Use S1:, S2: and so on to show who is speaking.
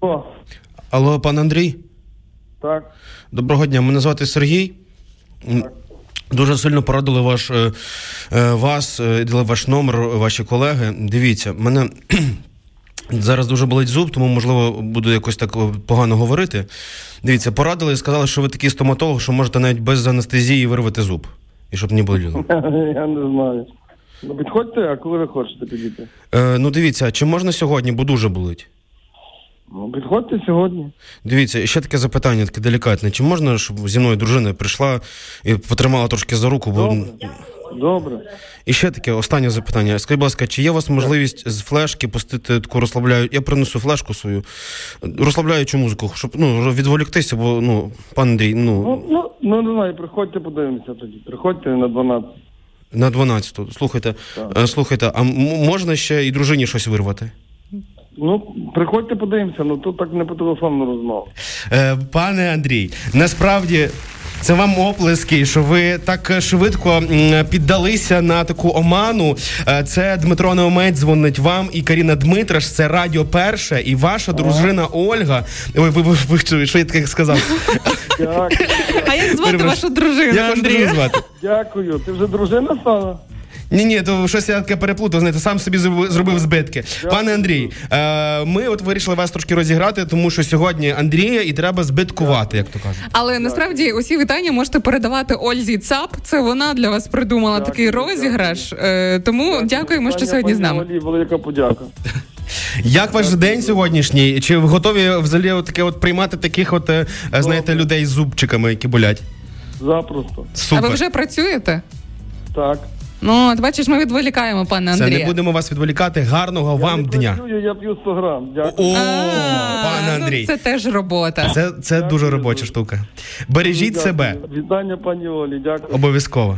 S1: О,
S2: Алло, пан Андрій.
S1: так.
S2: Доброго дня. Мене звати Сергій. М, Дуже сильно порадили ваш е, е, вас, е, дали ваш номер, ваші колеги. Дивіться, мене зараз дуже болить зуб, тому можливо буду якось так е, погано говорити. Дивіться, порадили і сказали, що ви такий стоматолог, що можете навіть без анестезії вирвати зуб. І щоб не боліло.
S1: Я не знаю. Ну, підходьте, а коли ви хочете підійти?
S2: Е, ну дивіться, чи можна сьогодні, бо дуже болить.
S1: Ну, підходьте сьогодні.
S2: Дивіться, і ще таке запитання, таке делікатне. Чи можна, щоб зі мною дружина прийшла і потримала трошки за руку? Бо...
S1: Добре. Добре.
S2: І ще таке останнє запитання. Скажіть, будь ласка, чи є у вас можливість з флешки пустити таку розслабляю? Я принесу флешку свою, розслабляючу музику, щоб ну відволіктися, бо ну пан Андрій,
S1: Ну,
S2: ну
S1: ну, ну не знаю, приходьте, подивимося тоді. Приходьте на 12.
S2: на 12 Слухайте,
S1: Так.
S2: е, слухайте, а м- можна ще і дружині щось вирвати?
S1: Ну, приходьте, подивимося, ну тут так не по телефону розмова.
S3: Е, Пане Андрій, насправді. Це вам оплески, що ви так швидко м, піддалися на таку оману. Е, Це Дмитро Неомець дзвонить вам і Каріна Дмитраш. Це радіо перше, і ваша дружина Ольга. Ой, ви, ви, ви що я таке сказав?
S1: Так,
S4: А як звати
S3: Перепрошую.
S4: вашу дружину,
S3: Я можу
S4: Андрію?
S3: звати.
S1: дякую. Ти вже дружина стала?
S3: Ні, ні, то щось я таке переплутав, знаєте, сам собі зроб- зробив збитки. Пане Андрій, е, ми от вирішили вас трошки розіграти, тому що сьогодні Андрія і треба збиткувати, як то кажуть.
S4: Але насправді усі вітання можете передавати Ользі Цап. Це вона для вас придумала
S1: Дякую,
S4: такий розіграш. Е, Тому дякуємо, що
S1: Пані-
S4: сьогодні з
S1: пані
S4: нами.
S1: Олі, велика подяка.
S3: Як ваш день сьогоднішній? Чи ви готові взагалі от таке от приймати таких от е, знаєте людей з зубчиками, які болять?
S1: Запросто.
S4: А
S3: Супер.
S4: ви вже працюєте?
S1: Так.
S4: Ну, от бачиш, ми відволікаємо пане
S3: Це не
S4: Андрія.
S3: будемо вас відволікати. Гарного вам
S1: я не
S3: дня.
S1: працюю, я п'ю 100 грам. Дякую.
S3: О,
S4: А,
S3: пане
S4: ну,
S3: Андрій,
S4: Це теж робота.
S3: це, це дуже робоча штука. Бережіть
S1: Дякую.
S3: себе
S1: Вітання пані Олі, дякую.
S3: обов'язково.